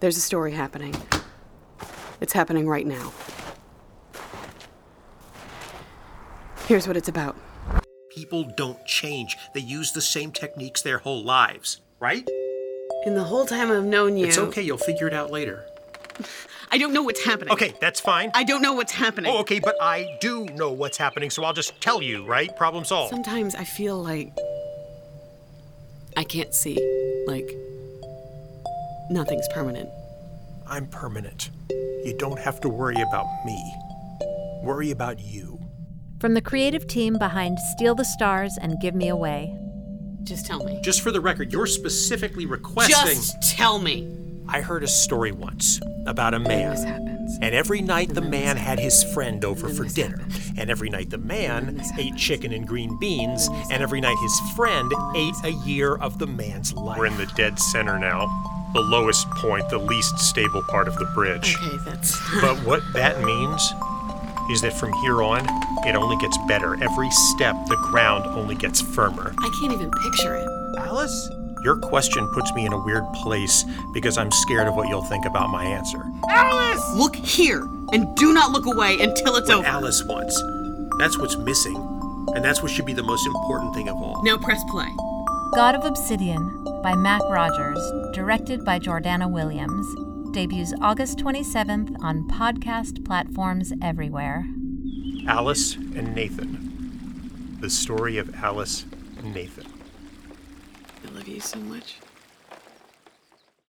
There's a story happening. It's happening right now. Here's what it's about. People don't change. They use the same techniques their whole lives, right? In the whole time I've known you. It's okay, you'll figure it out later. I don't know what's happening. Okay, that's fine. I don't know what's happening. Oh, okay, but I do know what's happening, so I'll just tell you, right? Problem solved. Sometimes I feel like I can't see. Like nothing's permanent. I'm permanent. You don't have to worry about me. Worry about you. From the creative team behind Steal the Stars and Give Me Away. Just tell me. Just for the record, you're specifically requesting. Just tell me. I heard a story once about a This man. happens. And every night the man had his friend over And for this dinner. happens. And every night the man this ate happens. chicken and green beans. And every night his friend ate a year of the man's life. We're in the dead center now, the lowest point, the least stable part of the bridge. Okay, that's But what that means is that from here on, it only gets better. Every step, the ground only gets firmer. I can't even picture it. Alice? Your question puts me in a weird place because I'm scared of what you'll think about my answer. Look here and do not look away until it's What over. Alice wants. That's what's missing. And that's what should be the most important thing of all. Now press play. God of Obsidian by Mac Rogers, directed by Jordana Williams, debuts August 27th on podcast platforms everywhere. Alice and Nathan. The story of Alice and Nathan. I love you so much.